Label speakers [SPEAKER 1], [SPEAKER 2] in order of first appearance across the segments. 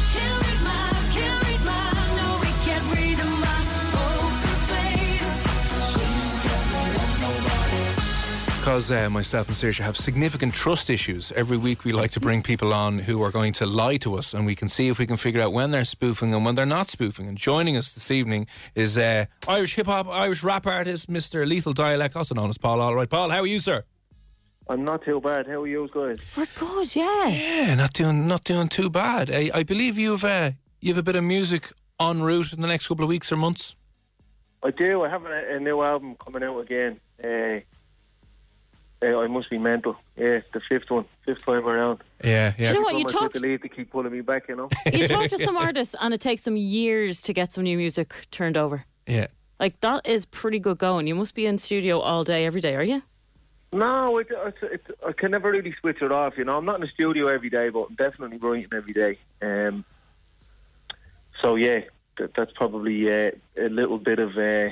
[SPEAKER 1] Can't read my, can't read my, no, we can't read my poker face.
[SPEAKER 2] Because uh, myself and Saoirse have significant trust issues, every week we like to bring people on who are going to lie to us, and we can see if we can figure out when they're spoofing and when they're not spoofing. And joining us this evening is uh, Irish hip hop, Irish rap artist, Mr. Lethal Dialect, also known as Paul Alright. Paul, how are you, sir?
[SPEAKER 3] I'm not too bad. How are you guys?
[SPEAKER 4] We're good, yeah.
[SPEAKER 2] Yeah, not doing not doing too bad. I, I believe you've uh, you've a bit of music en route in the next couple of weeks or months.
[SPEAKER 3] I do. I have a, a new album coming out again. Uh, uh, I must be mental. Yeah, it's the fifth one, fifth time around.
[SPEAKER 2] Yeah,
[SPEAKER 4] Do you know what? You
[SPEAKER 3] Almost
[SPEAKER 4] talk,
[SPEAKER 3] with the lead to keep pulling me back, you know.
[SPEAKER 4] you talk to some artists, and it takes them years to get some new music turned over.
[SPEAKER 2] yeah.
[SPEAKER 4] Like, that is pretty good going. You must be in studio all day, every day, are you?
[SPEAKER 3] no, it, it's it's I can never really switch it off. You know, I'm not in the studio every day, but I'm definitely writing every day. Um, so yeah, that, that's probably uh, a little bit of uh,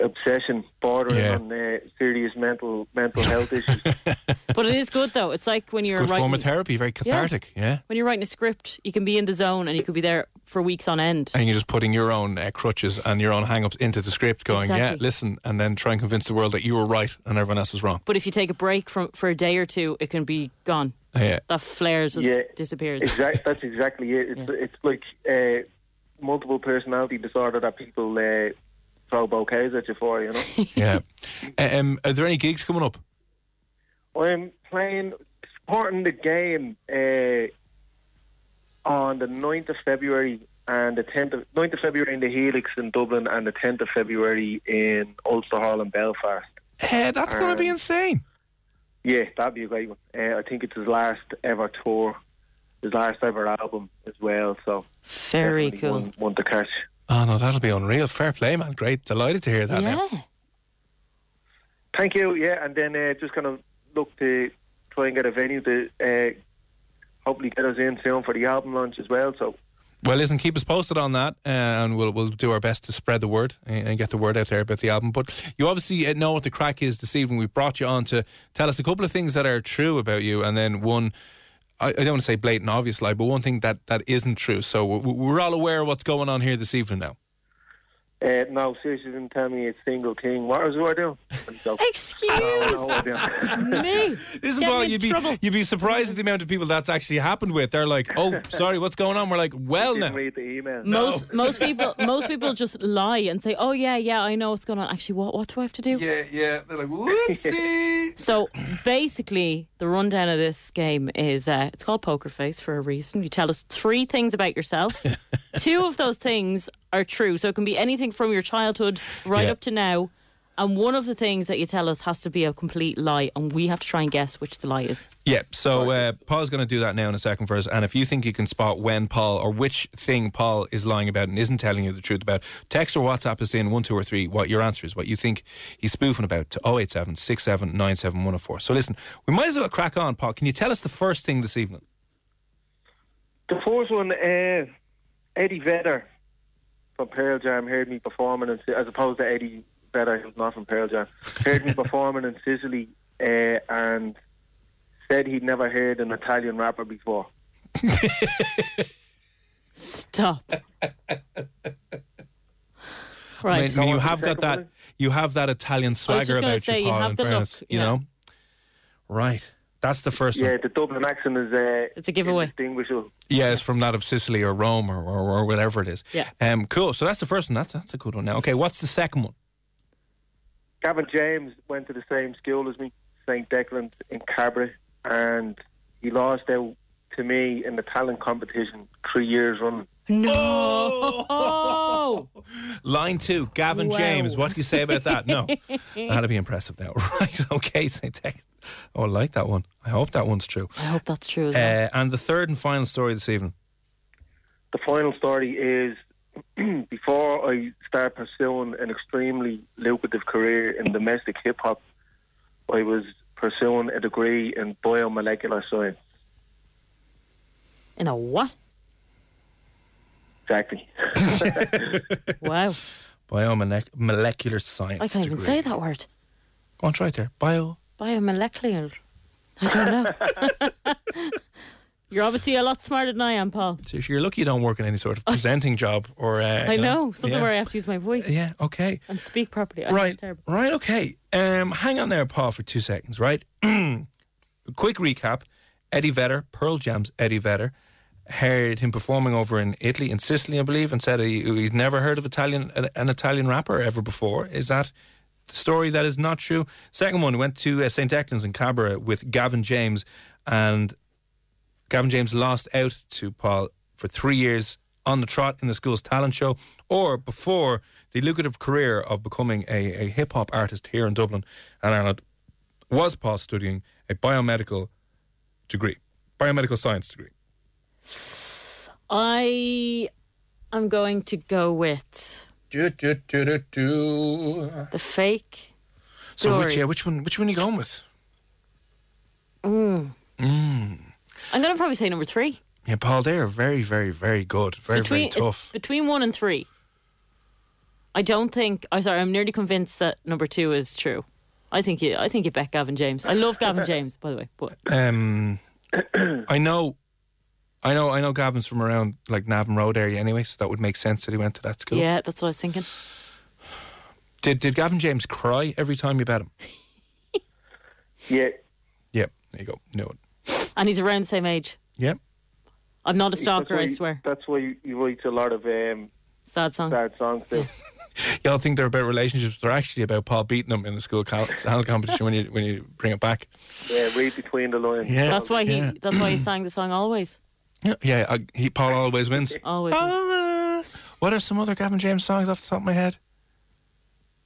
[SPEAKER 3] obsession, bordering
[SPEAKER 2] Yeah.
[SPEAKER 3] on uh, serious mental mental health issues.
[SPEAKER 4] But it is good, though. It's like when you're
[SPEAKER 2] Good
[SPEAKER 4] writing.
[SPEAKER 2] form of therapy, very cathartic. Yeah.
[SPEAKER 4] when you're writing a script, you can be in the zone and you could be there for weeks on end.
[SPEAKER 2] and you're just putting your own uh, crutches and your own hang-ups into the script going yeah
[SPEAKER 4] Exactly.
[SPEAKER 2] listen and then try and convince the world that you were right and everyone else is wrong
[SPEAKER 4] But if you take a break from for a day or two, it can be gone.
[SPEAKER 2] yeah
[SPEAKER 4] That flares just
[SPEAKER 3] Yeah.
[SPEAKER 4] disappears.
[SPEAKER 3] Exactly. That's exactly it. It's it's like uh, multiple personality disorder that people uh, throw bouquets at you for. You know,
[SPEAKER 2] yeah um, are there any gigs coming up
[SPEAKER 3] I'm playing supporting the game uh, on the 9th of February and the 10th of 9th of February in the Helix in Dublin and the 10th of February in Ulster Hall in Belfast.
[SPEAKER 2] Eh, that's going to be
[SPEAKER 3] Um,
[SPEAKER 2] insane
[SPEAKER 3] Yeah, that'd be a great one. Uh, I think it's his last ever tour, his last ever album as well. So
[SPEAKER 4] Very
[SPEAKER 3] definitely
[SPEAKER 4] cool.
[SPEAKER 3] one, one to catch.
[SPEAKER 2] oh no that'll be unreal fair play man great delighted to hear that now.
[SPEAKER 4] Yeah.
[SPEAKER 3] Thank you. Yeah, and then uh, just kind of look to try and get a venue to uh, hopefully get us in soon for the album launch as well. So
[SPEAKER 2] well listen keep us posted on that uh, and we'll, we'll do our best to spread the word and, and get the word out there about the album but you obviously uh, know what the crack is this evening we brought you on to tell us a couple of things that are true about you and then one I, I don't want to say blatant obvious lie, but one thing that, that isn't true. So we're, we're all aware of what's going on here this evening now.
[SPEAKER 3] uh, no, seriously, didn't tell me a single thing. What is what I do? So,
[SPEAKER 4] Excuse
[SPEAKER 3] no, I don't.
[SPEAKER 4] me.
[SPEAKER 2] This is
[SPEAKER 4] Get me
[SPEAKER 2] why
[SPEAKER 4] into
[SPEAKER 2] you'd be,
[SPEAKER 4] trouble.
[SPEAKER 2] you'd be surprised at the amount of people that's actually happened with. They're like, oh, sorry, what's going on? We're like, well,
[SPEAKER 3] Didn't
[SPEAKER 2] now.
[SPEAKER 3] read the email.
[SPEAKER 4] Most most people most people just lie and say, "Oh yeah, yeah, I know what's going on." Actually, what what do I have to do?
[SPEAKER 2] Yeah, yeah. They're like, whoopsie.
[SPEAKER 4] So basically, the rundown of this game is uh, it's called Poker Face for a reason. You tell us three things about yourself. Two of those things are true, so it can be anything from your childhood right
[SPEAKER 2] Yeah.
[SPEAKER 4] up to now. And one of the things that you tell us has to be a complete lie, and we have to try and guess which the lie is.
[SPEAKER 2] yeah, so uh, Paul's going to do that now in a second for us. And if you think you can spot when Paul or which thing Paul is lying about and isn't telling you the truth about, text or WhatsApp us in 1243 what your answer is, what you think he's spoofing about to 087 67 97 104. So listen, we might as well crack on, Paul. Can you tell us the first thing this evening?
[SPEAKER 3] The first one, uh, Eddie Vedder from Pearl Jam heard me performing, in, as opposed to Eddie Vedder, who's not from Pearl Jam, heard me performing in Sicily uh, and said he'd never heard an Italian rapper before.
[SPEAKER 4] Stop. right.
[SPEAKER 2] I mean, I mean, you
[SPEAKER 3] Someone
[SPEAKER 2] have
[SPEAKER 3] for the
[SPEAKER 2] got that.
[SPEAKER 3] second
[SPEAKER 2] You have that Italian swagger
[SPEAKER 4] gonna
[SPEAKER 2] about
[SPEAKER 4] say,
[SPEAKER 2] you,
[SPEAKER 4] you
[SPEAKER 2] Paul.
[SPEAKER 4] have
[SPEAKER 2] in
[SPEAKER 4] the look,
[SPEAKER 2] fairness, you
[SPEAKER 4] yeah.
[SPEAKER 2] know. Right. That's the first
[SPEAKER 3] Yeah,
[SPEAKER 2] one.
[SPEAKER 3] the Dublin accent is uh,
[SPEAKER 4] It's a giveaway.
[SPEAKER 3] indistinguishable.
[SPEAKER 2] Yeah, it's from that of Sicily or Rome or, or, or whatever it is.
[SPEAKER 4] Yeah.
[SPEAKER 2] Um, cool. So that's the first one. That's, that's a good one now. Okay, what's the second one?
[SPEAKER 3] Gavin James went to the same school as me, St. Declan's in Cabra, and he lost out to me in the talent competition three years running.
[SPEAKER 4] No. Oh.
[SPEAKER 2] Line two, Gavin
[SPEAKER 4] Wow.
[SPEAKER 2] James. What do you say about that? No, that'd be impressive now. Right. Okay, St. Declan. Oh, I like that one. I hope that one's true.
[SPEAKER 4] I hope that's true. As well.
[SPEAKER 2] Uh, and the third and final story this evening.
[SPEAKER 3] The final story is before I started pursuing an extremely lucrative career in domestic hip hop, I was pursuing a degree in biomolecular science.
[SPEAKER 4] In a what?
[SPEAKER 3] Exactly.
[SPEAKER 4] Wow.
[SPEAKER 2] Biomolecular science.
[SPEAKER 4] I can't even
[SPEAKER 2] degree.
[SPEAKER 4] say that word.
[SPEAKER 2] Go on, try it there. Bio.
[SPEAKER 4] Biomolecular. I don't know. You're obviously a lot smarter than I am, Paul.
[SPEAKER 2] So you're lucky you don't work in any sort of presenting job or. Uh,
[SPEAKER 4] I know. Something
[SPEAKER 2] yeah.
[SPEAKER 4] where I have to use my voice
[SPEAKER 2] Yeah. Okay.
[SPEAKER 4] and speak properly. I'm
[SPEAKER 2] right.
[SPEAKER 4] terrible.
[SPEAKER 2] Right. Okay. Um, hang on there, Paul, for two seconds. Right. Quick recap: Eddie Vedder, Pearl Jam's Eddie Vedder, heard him performing over in Italy, in Sicily, I believe, and said he, he's never heard of Italian an, an Italian rapper ever before. Is that the story? That is not true. Second one went to uh, St. Declan's in Cabra with Gavin James, and Gavin James lost out to Paul for three years on the trot in the school's talent show, or before the lucrative career of becoming a, a hip hop artist here in Dublin and Ireland, was Paul studying a biomedical degree, biomedical science degree.
[SPEAKER 4] I am going to go with
[SPEAKER 2] Uh.
[SPEAKER 4] the fake
[SPEAKER 2] So
[SPEAKER 4] story.
[SPEAKER 2] which, yeah, which one? Which one are you going with?
[SPEAKER 4] Mm.
[SPEAKER 2] Mm.
[SPEAKER 4] I'm going to probably say number three.
[SPEAKER 2] Yeah, Paul, they are very, very, very good, very,
[SPEAKER 4] It's between,
[SPEAKER 2] very tough.
[SPEAKER 4] It's between one and three. I don't think. I sorry. I'm nearly convinced that number two is true. I think you. I think you bet Gavin James. I love Gavin James, by the way. But
[SPEAKER 2] Um, I know, I know, I know. Gavin's from around like Navan Road area anyway, so that would make sense that he went to that school.
[SPEAKER 4] yeah, that's what I was thinking.
[SPEAKER 2] Did Did Gavin James cry every time you bet him?
[SPEAKER 3] yeah,
[SPEAKER 2] Yep. There you go. Knew it.
[SPEAKER 4] And he's around the same age.
[SPEAKER 2] Yep.
[SPEAKER 4] I'm not a
[SPEAKER 3] that's
[SPEAKER 4] stalker.
[SPEAKER 3] why,
[SPEAKER 4] I
[SPEAKER 3] he-
[SPEAKER 4] swear.
[SPEAKER 3] That's why he- he writes a lot of um,
[SPEAKER 4] Sad song.
[SPEAKER 3] sad songs. There.
[SPEAKER 2] Y'all think they're about relationships, but they're actually about Paul beating him in the school cal- talent competition when you when you bring it back.
[SPEAKER 3] yeah, read between the lines.
[SPEAKER 2] Yeah.
[SPEAKER 4] That's why he.
[SPEAKER 2] Yeah.
[SPEAKER 4] That's why he sang the song always.
[SPEAKER 2] Yeah. yeah I, he Paul always wins.
[SPEAKER 4] Always.
[SPEAKER 2] Ah. what are some other Gavin James songs off the top of my head?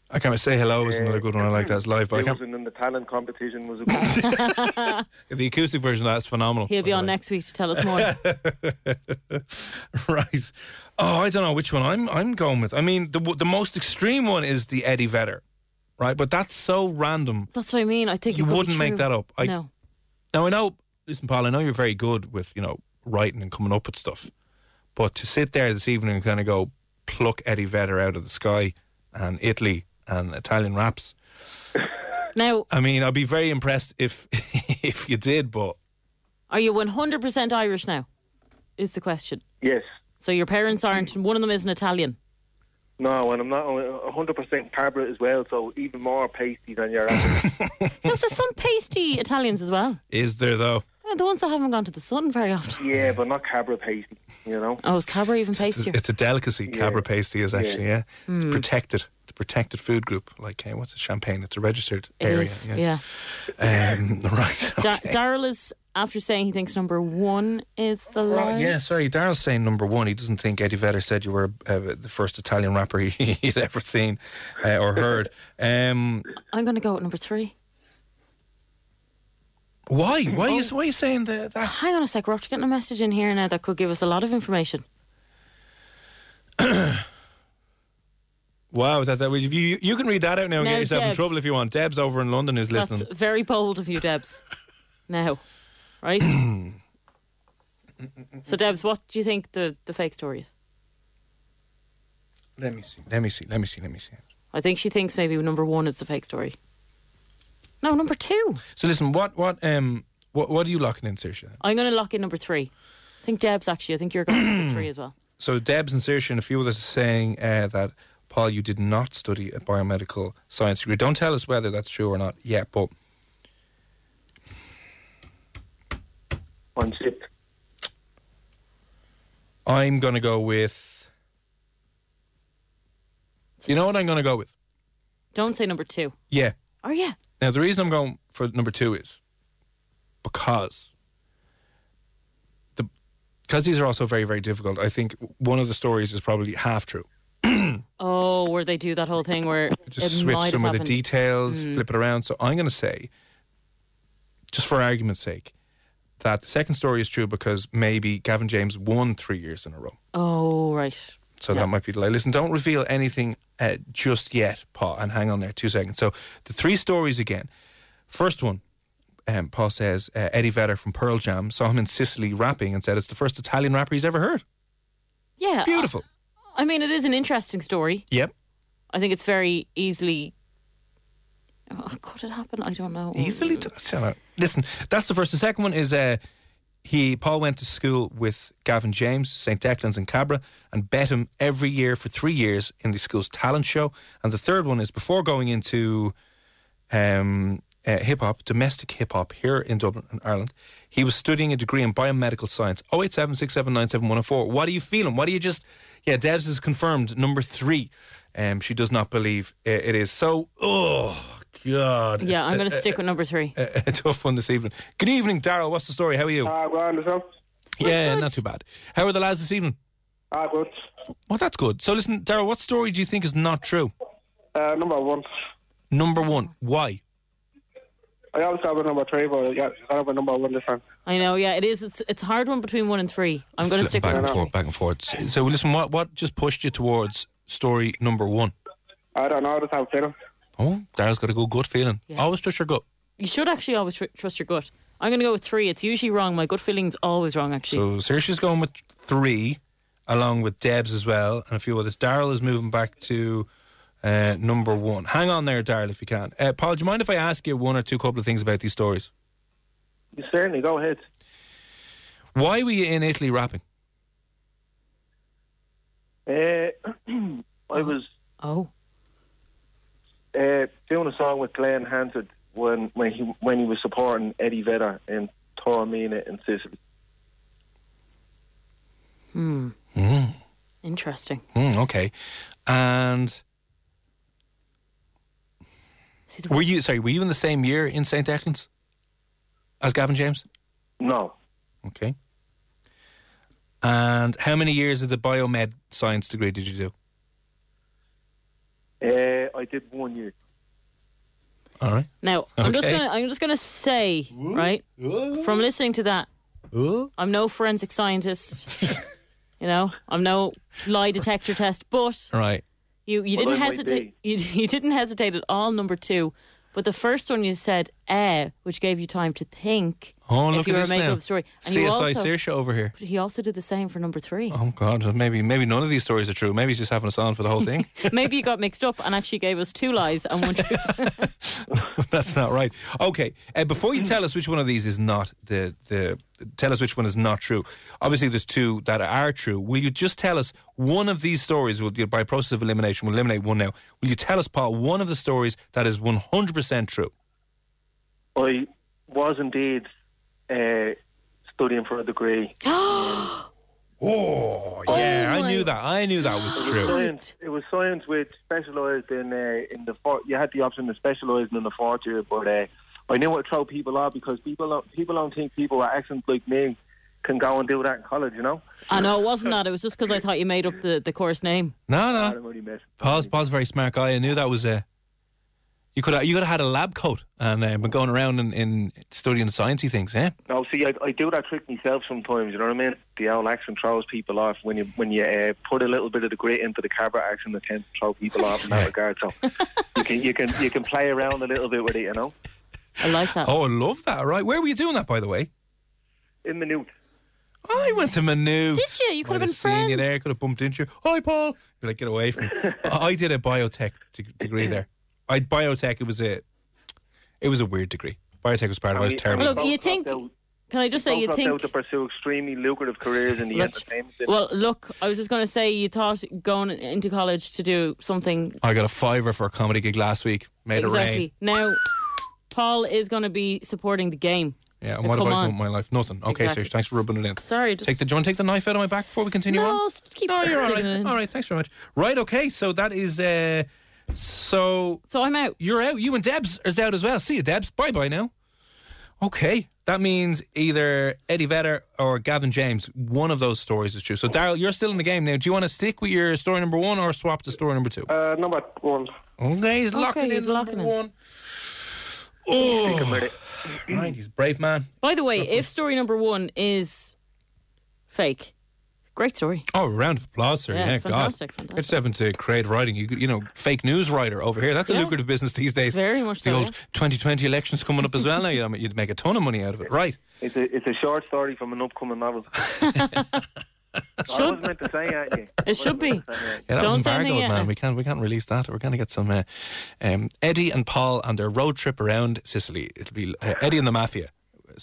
[SPEAKER 2] I can't say hello is another good one. I like that. It's live, but I
[SPEAKER 3] It
[SPEAKER 2] can't.
[SPEAKER 3] wasn't in the talent competition. Was a good
[SPEAKER 2] The acoustic version of that's phenomenal.
[SPEAKER 4] He'll be on next week to tell us more.
[SPEAKER 2] right. Oh, I don't know which one I'm I'm going with. I mean, the the most extreme one is the Eddie Vedder, right? But that's so random.
[SPEAKER 4] that's what I mean. I think
[SPEAKER 2] You
[SPEAKER 4] it could be
[SPEAKER 2] wouldn't make
[SPEAKER 4] true.
[SPEAKER 2] that up. I-
[SPEAKER 4] no.
[SPEAKER 2] Now I know, listen, Paul. I know you're very good with you know writing and coming up with stuff, but to sit there this evening and kind of go pluck Eddie Vedder out of the sky and Italy and Italian raps.
[SPEAKER 4] Now,
[SPEAKER 2] I mean, I'd be very impressed if if you did, but
[SPEAKER 4] are you 100% Irish now? Is the question.
[SPEAKER 3] yes.
[SPEAKER 4] So your parents aren't. One of them isn't Italian.
[SPEAKER 3] No, and I'm not only 100% Cabra as well, so even more pasty than your average.
[SPEAKER 4] Yes, there's some pasty Italians as well.
[SPEAKER 2] is there though?
[SPEAKER 4] Yeah, the ones that haven't gone to the sun very often.
[SPEAKER 3] yeah, but not Cabra pasty, you know?
[SPEAKER 4] Oh, is Cabra even
[SPEAKER 2] It's a,
[SPEAKER 4] pastier?
[SPEAKER 2] it's a delicacy. Cabra pasty is actually yeah.
[SPEAKER 4] Hmm.
[SPEAKER 2] It's protected. It's a protected food group. Like uh, what's a champagne? It's a registered
[SPEAKER 4] It
[SPEAKER 2] area.
[SPEAKER 4] is, yeah.
[SPEAKER 2] Um, right.
[SPEAKER 4] Da-
[SPEAKER 2] okay.
[SPEAKER 4] Daryl is after saying he thinks number one is the lie.
[SPEAKER 2] Right, yeah, sorry. Daryl's saying number one. He doesn't think Eddie Vedder said you were uh, the first Italian rapper he, he'd ever seen uh, or heard. Um,
[SPEAKER 4] I'm going to go at number three.
[SPEAKER 2] why? Why is why are you saying the, that?
[SPEAKER 4] Hang on a sec, we're after getting a message in here now that could give us a lot of information.
[SPEAKER 2] Wow, that, that you you can read that out now and
[SPEAKER 4] No,
[SPEAKER 2] get yourself in
[SPEAKER 4] Debs.
[SPEAKER 2] trouble if you want. Deb's over in London is listening.
[SPEAKER 4] That's very bold of you, Debs. now, right? so, Debs, what do you think the, the fake story is?
[SPEAKER 2] Let me see. Let me see. Let me see. Let me see.
[SPEAKER 4] I think she thinks maybe number one is the fake story. No, number two.
[SPEAKER 2] So listen, what what um what what are you locking in, Saoirse?
[SPEAKER 4] I'm going to lock in number three. I think Debs, actually. I think you're going to number three as well.
[SPEAKER 2] So Debs and Saoirse and a few others are saying uh, that Paul, you did not study a biomedical science degree. Don't tell us whether that's true or not yet, but
[SPEAKER 3] I'm shit.
[SPEAKER 2] I'm going to go with. You know what I'm going to go with?
[SPEAKER 4] Don't say number two.
[SPEAKER 2] Yeah.
[SPEAKER 4] Oh, yeah.
[SPEAKER 2] Now, the reason I'm going for number two is because the because these are also very very difficult. I think one of the stories is probably half true.
[SPEAKER 4] Oh, where they do that whole thing where
[SPEAKER 2] Just
[SPEAKER 4] it
[SPEAKER 2] switch
[SPEAKER 4] might
[SPEAKER 2] some
[SPEAKER 4] have Mm.
[SPEAKER 2] of the
[SPEAKER 4] happened.
[SPEAKER 2] details, flip it around. So I'm going to say, just for argument's sake, that the second story is true because maybe Gavin James won three years in a row.
[SPEAKER 4] Oh, right.
[SPEAKER 2] So that might be delay. Listen, don't reveal anything uh, just yet, Pa, and hang on there two seconds. So the three stories again. First one, um, Pa says uh, Eddie Vedder from Pearl Jam saw him in Sicily rapping and said it's the first Italian rapper he's ever heard.
[SPEAKER 4] Yeah.
[SPEAKER 2] Beautiful.
[SPEAKER 4] I mean, it is an interesting story.
[SPEAKER 2] Yep.
[SPEAKER 4] I think it's very easily. Oh, could it happen? I don't know.
[SPEAKER 2] Easily. T- sell out. Listen, that's the first. The second one is uh, he Paul went to school with Gavin James, St. Declan's, and Cabra, and bet him every year for three years in the school's talent show. And the third one is before going into um, uh, hip hop, domestic hip hop here in Dublin and Ireland. He was studying a degree in biomedical science. 087 What are you feeling? What are you just. Yeah, Debs is confirmed. Number three. Um, she does not believe i- it is. So, oh, God.
[SPEAKER 4] Yeah, I'm
[SPEAKER 2] Uh,
[SPEAKER 4] going to stick with number three.
[SPEAKER 2] a, a tough one this evening. Good evening, Daryl. What's the story? How are
[SPEAKER 4] Uh,
[SPEAKER 2] you?
[SPEAKER 3] Ah, go on yourself.
[SPEAKER 2] yeah, not too bad. How are the lads this evening?
[SPEAKER 3] Ah, good.
[SPEAKER 2] Well, that's good. So, listen, Daryl, what story do you think is not true?
[SPEAKER 3] Uh, number one.
[SPEAKER 2] Number one, why?
[SPEAKER 3] I always have a number three, but yeah, I have a number one this time.
[SPEAKER 4] I know. Yeah, it is. It's it's a hard one between one and three. I'm going
[SPEAKER 2] Flitting
[SPEAKER 4] to stick with
[SPEAKER 2] back and
[SPEAKER 4] number three.
[SPEAKER 2] forth, back and forth. So, so listen, what what just pushed you towards story number one?
[SPEAKER 3] I don't know. I just have a feeling.
[SPEAKER 2] Oh, Daryl's got a good gut feeling. Always trust your gut.
[SPEAKER 4] You should actually always tr- trust your gut. I'm going to go with three. It's usually wrong. My gut feeling's always wrong. Actually,
[SPEAKER 2] So Saoirse's going with three, along with Debs as well, and a few others. Daryl is moving back to uh, number one. Hang on there, Daryl, if you can. Uh, Paul, do you mind if I ask you one or two couple of things about these stories?
[SPEAKER 3] You certainly go ahead.
[SPEAKER 2] Why were you in Italy rapping?
[SPEAKER 3] Uh, I was
[SPEAKER 4] oh,
[SPEAKER 3] uh, doing a song with Glenn Hansard when when he when he was supporting Eddie Vedder in Taormina in Sicily.
[SPEAKER 4] interesting.
[SPEAKER 2] Hmm, okay, and
[SPEAKER 4] See, the-
[SPEAKER 2] were you sorry? Were you in the same year in St. Declan's as Gavin James?
[SPEAKER 3] No,
[SPEAKER 2] Okay. And how many years of the biomed science degree did you do?
[SPEAKER 3] uh, I did one year.
[SPEAKER 2] All right.
[SPEAKER 4] Now I'm just
[SPEAKER 2] Okay.
[SPEAKER 4] going. to I'm just going to say right from listening to that. I'm no forensic scientist. you know, I'm no lie detector test, but
[SPEAKER 2] All right.
[SPEAKER 4] You you
[SPEAKER 3] Well,
[SPEAKER 4] didn't
[SPEAKER 3] I might
[SPEAKER 4] hesitate. You, you didn't hesitate at all. Number two, but the first one you said "eh," which gave you time to think
[SPEAKER 2] Oh, look
[SPEAKER 4] if you
[SPEAKER 2] at
[SPEAKER 4] were
[SPEAKER 2] this
[SPEAKER 4] making
[SPEAKER 2] now.
[SPEAKER 4] up a story. And
[SPEAKER 2] CSI
[SPEAKER 4] you also,
[SPEAKER 2] Saoirse over here.
[SPEAKER 4] he also did the same for number three.
[SPEAKER 2] Oh God, well, maybe maybe none of these stories are true. Maybe he's just having us on for the whole thing.
[SPEAKER 4] Maybe you got mixed up and actually gave us two lies and one truth.
[SPEAKER 2] That's not right. Okay, uh, before you tell us which one of these is not the the, tell us which one is not true. Obviously, there's two that are true. Will you just tell us one of these stories? Will you, by process of elimination, we'll eliminate one now. Will you tell us, Paul, one of the stories that is 100 percent true?
[SPEAKER 3] I was indeed uh, studying for a degree.
[SPEAKER 2] Oh yeah, I knew that. I knew that was true.
[SPEAKER 3] Science. It was science which specialised in uh, in the four, you had the option of specialising in the fourth year, but uh, I knew what throw people off because people don't, people don't think people with accents like me can go and do that in college. You know,
[SPEAKER 4] I know it wasn't that. It was just because I thought you made up the, the course name.
[SPEAKER 2] No,
[SPEAKER 3] I
[SPEAKER 2] no.
[SPEAKER 3] don't really miss.
[SPEAKER 2] Paul's Paul's a very smart guy. I knew that was a. You could have, you could have had a lab coat and uh, been going around and, and studying sciencey things, eh?
[SPEAKER 3] No, see, I, I do that trick myself sometimes. You know what I mean? The old accent throws people off when you when you uh, put a little bit of the grit into the cabra accent. It tends to throw people off in that regard. So you can you can you can play around a little bit with it. You know,
[SPEAKER 4] I like that.
[SPEAKER 2] Oh, I love that. Right, where were you doing that, by the way?
[SPEAKER 3] in the new.
[SPEAKER 2] I went to Manu.
[SPEAKER 4] Did you? You could have been
[SPEAKER 2] seen you
[SPEAKER 4] friends.
[SPEAKER 2] there. Could have bumped into you. Hi, Paul. Be like, get away from me. I I did a biotech de- degree there. I biotech. It was a, it was a weird degree. Biotech was part of. it. I was terrible.
[SPEAKER 4] Look, you think- Can I just say you
[SPEAKER 3] both
[SPEAKER 4] think?
[SPEAKER 3] out to pursue extremely lucrative careers in the
[SPEAKER 4] Let's-
[SPEAKER 3] entertainment
[SPEAKER 4] Well, look, I was just going to say you thought going into college to do something
[SPEAKER 2] I got a fiver for a comedy gig last week. Made it rain.
[SPEAKER 4] exactly. Now, Paul is going to be supporting the game.
[SPEAKER 2] Yeah, and what
[SPEAKER 4] come
[SPEAKER 2] have I
[SPEAKER 4] on.
[SPEAKER 2] done with my life? Nothing. Okay,
[SPEAKER 4] Exactly.
[SPEAKER 2] Serge, thanks for rubbing it in.
[SPEAKER 4] Sorry, just
[SPEAKER 2] Take the, do you want to take the knife out of my back before we continue
[SPEAKER 4] No,
[SPEAKER 2] on?
[SPEAKER 4] s- keep
[SPEAKER 2] no, you're all
[SPEAKER 4] digging
[SPEAKER 2] right.
[SPEAKER 4] in.
[SPEAKER 2] All right, thanks very much. Right, okay, so that is. Uh, so
[SPEAKER 4] so I'm out.
[SPEAKER 2] you're out. You and Debs is out as well. See you, Debs. Bye bye now. Okay, that means either Eddie Vedder or Gavin James. One of those stories is true. So, Daryl, you're still in the game now. Do you want to stick with your story number one or swap to story number two?
[SPEAKER 3] Uh, number one.
[SPEAKER 2] okay, he's locking
[SPEAKER 4] he's
[SPEAKER 2] in
[SPEAKER 4] locking
[SPEAKER 2] number
[SPEAKER 4] in.
[SPEAKER 2] one. Oh, right, he's a brave man.
[SPEAKER 4] By the way, if story number one is fake, great story.
[SPEAKER 2] Oh, round of applause, sir.
[SPEAKER 4] Yeah,
[SPEAKER 2] Yeah,
[SPEAKER 4] fantastic,
[SPEAKER 2] God.
[SPEAKER 4] fantastic.
[SPEAKER 2] It's having to create writing. You could, you know, fake news writer over here. That's a
[SPEAKER 4] Yeah.
[SPEAKER 2] lucrative business these days.
[SPEAKER 4] Very much
[SPEAKER 2] The
[SPEAKER 4] so,
[SPEAKER 2] old
[SPEAKER 4] yeah.
[SPEAKER 2] 2020 elections coming up as well now. You'd you'd make a ton of money out of it. Right.
[SPEAKER 3] It's a it's a short story from an upcoming novel. I was meant to say, aren't you?
[SPEAKER 4] It should be.
[SPEAKER 2] Yeah, that
[SPEAKER 4] Don't
[SPEAKER 2] was
[SPEAKER 4] say anything
[SPEAKER 2] embargoed,
[SPEAKER 4] yet.
[SPEAKER 2] man. We can't we can't release that. We're going to get some uh, um, Eddie and Paul and their road trip around Sicily. It'll be uh, Eddie and the Mafia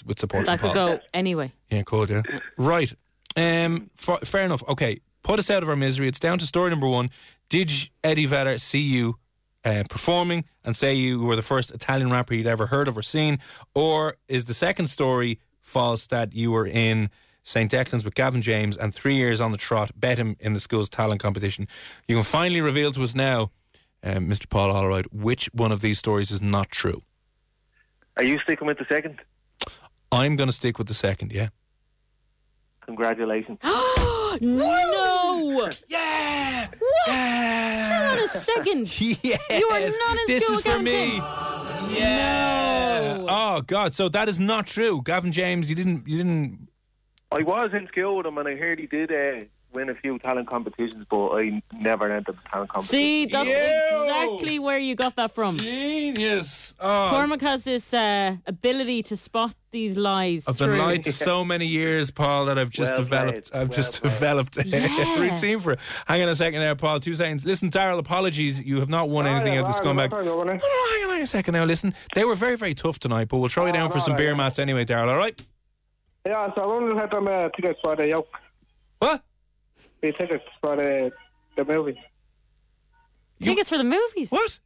[SPEAKER 2] with support
[SPEAKER 4] That
[SPEAKER 2] from
[SPEAKER 4] could
[SPEAKER 2] Paul.
[SPEAKER 4] go anyway.
[SPEAKER 2] Yeah, cool. Yeah, right. Um, fa- fair enough. Okay, put us out of our misery. It's down to story number one. Did j- Eddie Vedder see you uh, performing and say you were the first Italian rapper you'd ever heard of or seen, or is the second story false that you were in? St. Declan's with Gavin James and three years on the trot, bet him in the school's talent competition. You can finally reveal to us now, um, Mr. Paul Allright, which one of these stories is not true.
[SPEAKER 3] Are you sticking with the second?
[SPEAKER 2] I'm going to stick with the second, yeah?
[SPEAKER 3] Congratulations.
[SPEAKER 4] No!
[SPEAKER 2] Yeah!
[SPEAKER 4] Not a second.
[SPEAKER 2] Yes.
[SPEAKER 4] You are not in
[SPEAKER 2] This
[SPEAKER 4] school
[SPEAKER 2] is for me. Yeah. Oh God. So that is not true, Gavin James. You didn't. You didn't.
[SPEAKER 3] I was in school with him, and I heard he did uh, win a few talent competitions, but I never entered the talent competition.
[SPEAKER 4] See, that's
[SPEAKER 2] Yo!
[SPEAKER 4] exactly where you got that from.
[SPEAKER 2] Genius. Oh.
[SPEAKER 4] Cormac has this uh, ability to spot these lies.
[SPEAKER 2] I've been
[SPEAKER 4] through-
[SPEAKER 2] lied to so many years, Paul, that I've just
[SPEAKER 3] Well
[SPEAKER 2] developed.
[SPEAKER 3] played,
[SPEAKER 2] I've
[SPEAKER 3] well
[SPEAKER 2] just
[SPEAKER 3] played.
[SPEAKER 2] developed a
[SPEAKER 4] Yeah.
[SPEAKER 2] routine for it. Hang on a second there, Paul. Two seconds. Listen, Daryl. Apologies, you have not won anything out of this comeback. No, no, hang on a second now. Listen, they were very, very tough tonight, but we'll throw you down for some beer mats anyway, Daryl. All right?
[SPEAKER 3] Yeah, so I wanted to have them uh, tickets for the yoke.
[SPEAKER 2] What?
[SPEAKER 3] The tickets for the the movie.
[SPEAKER 4] Tickets for the movies.
[SPEAKER 2] What?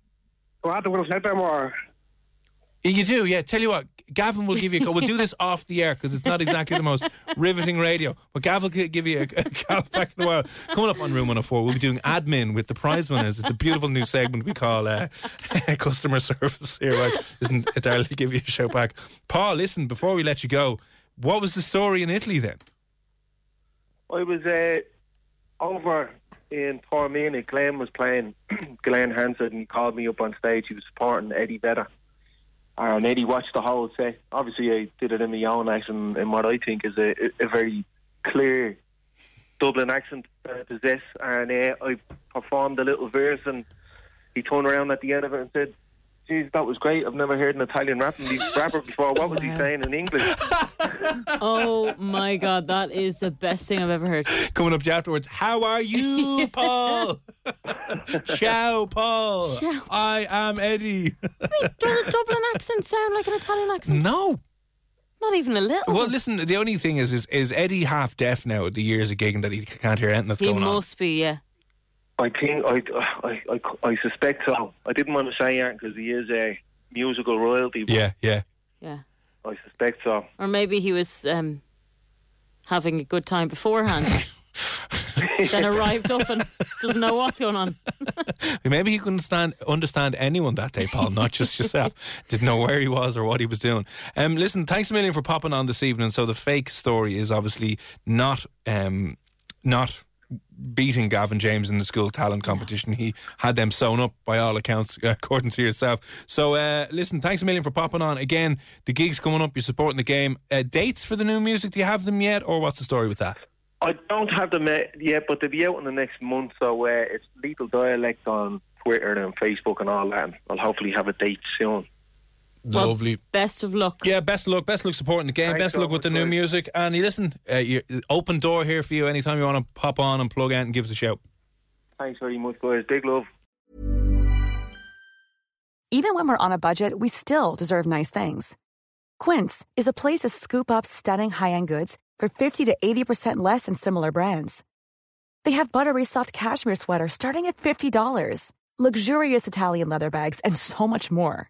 [SPEAKER 3] So I had to go to them or
[SPEAKER 2] You do, yeah. Tell you what, Gavin will give you a call. We'll do this off the air because it's not exactly the most riveting radio. But Gavin will give you a, a call back in a while. Coming up on Room 104, we'll be doing admin with the prize winners. It's a beautiful new segment we call uh, customer service here. Right? Isn't it? I'll give you a shout back. Paul, listen, before we let you go, what was the story in Italy then?
[SPEAKER 3] I was uh, over in Tormina. Glenn was playing Glenn Hansard and he called me up on stage. He was supporting Eddie Vedder. And Eddie watched the whole set. Obviously, I did it in my own accent and what I think is a, a very clear Dublin accent that I possess. And uh, I performed a little verse and he turned around at the end of it and said, Geez, that was great. I've never heard an Italian rap- rapper before. What was he saying in English?
[SPEAKER 4] Oh my god, that is the best thing I've ever heard.
[SPEAKER 2] Coming up afterwards, how are you, Paul? Ciao, Paul.
[SPEAKER 4] Ciao.
[SPEAKER 2] I am Eddie.
[SPEAKER 4] Does a Dublin accent sound like an Italian accent?
[SPEAKER 2] no.
[SPEAKER 4] Not even a little.
[SPEAKER 2] Well, listen. The only thing is, is, is Eddie half deaf now? at The years of gigging that he can't hear anything that's
[SPEAKER 4] he
[SPEAKER 2] going
[SPEAKER 4] must be, yeah.
[SPEAKER 3] I think I, I, I, I suspect so. I didn't want to say that because he is a musical royalty.
[SPEAKER 2] on. Yeah, yeah.
[SPEAKER 4] Yeah.
[SPEAKER 3] I suspect so.
[SPEAKER 4] Or maybe he was um, having a good time beforehand. then arrived up and doesn't know what's going on.
[SPEAKER 2] Maybe he couldn't stand, understand anyone that day, Paul, not just yourself. Didn't know where he was or what he was doing. Um, listen, thanks a million for popping on this evening. So the fake story is obviously not um, not beating Gavin James in the school talent competition. He had them sewn up by all accounts, according to yourself. So uh, listen, thanks a million for popping on. Again, the gig's coming up. You're supporting the game. Uh, dates for the new music? Do you have them yet, or what's the story with that?
[SPEAKER 3] I don't have them uh, yet, but they'll be out in the next month. So uh, it's Lethal Dialect on Twitter and Facebook and all that. And I'll hopefully have a date soon.
[SPEAKER 4] Well, Best of luck.
[SPEAKER 2] Yeah, best of luck. Best of luck supporting the game.
[SPEAKER 3] Thanks
[SPEAKER 2] best of
[SPEAKER 3] so
[SPEAKER 2] luck with the
[SPEAKER 3] much,
[SPEAKER 2] new
[SPEAKER 3] guys.
[SPEAKER 2] music. And you listen, uh, you, open door here for you anytime you want to pop on and plug in and give us a shout.
[SPEAKER 3] Thanks very much, guys. Big love.
[SPEAKER 5] Even when we're on a budget, we still deserve nice things. Quince is a place to scoop up stunning high-end goods for 50 to 80% less than similar brands. They have buttery soft cashmere sweaters starting at $50, luxurious Italian leather bags, and so much more.